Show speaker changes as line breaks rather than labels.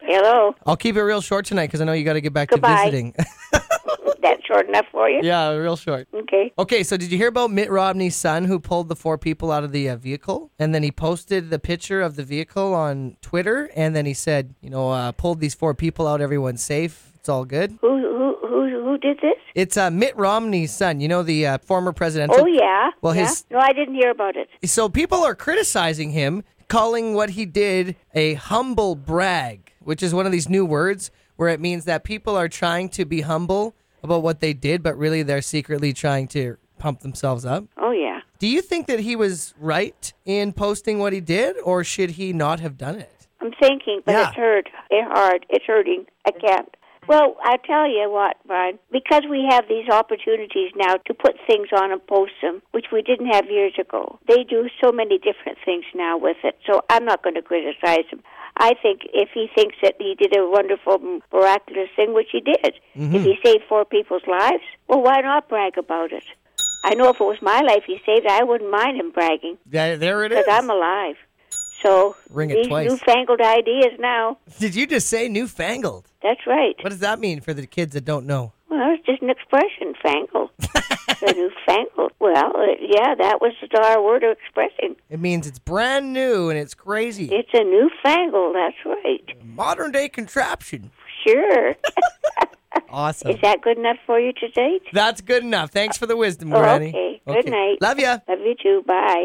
Hello.
I'll keep it real short tonight because I know you got to get back to
Goodbye.
visiting.
That short enough for you?
yeah, real short.
Okay.
Okay, so did you hear about Mitt Romney's son who pulled the four people out of the uh, vehicle? And then he posted the picture of the vehicle on Twitter. And then he said, you know, uh, pulled these four people out. Everyone's safe. It's all good.
Who who who who did this?
It's uh, Mitt Romney's son, you know, the uh, former presidential.
Oh yeah.
Well,
yeah.
his-
No, I didn't hear about it.
So people are criticizing him, calling what he did a humble brag, which is one of these new words where it means that people are trying to be humble about what they did, but really they're secretly trying to pump themselves up.
Oh yeah.
Do you think that he was right in posting what he did, or should he not have done it?
I'm thinking, but
Yeah.
it's hurt. It hard. It's hurting. I can't. Well, I tell you what, Brian. Because we have these opportunities now to put things on and post them, which we didn't have years ago. They do so many different things now with it. So I'm not going to criticize him. I think if he thinks that he did a wonderful, miraculous thing, which he did, if he saved four people's lives, well, why not brag about it? I know if it was my life he saved, I wouldn't mind him bragging
There, there it
because I'm alive. So
Ring it
these
twice.
newfangled ideas now.
Did you just say newfangled?
That's right.
What does that mean for the kids that don't know?
Well, it's just an expression, fangled. the newfangled. Well, it, yeah, that was our word of expressing.
It means it's brand new and it's crazy.
It's a newfangled. That's right.
Modern day contraption.
Sure.
Awesome.
Is that good enough for you to date?
That's good enough. Thanks for the wisdom,
Oh,
Granny.
okay. Good night.
Love ya.
Love you too. Bye.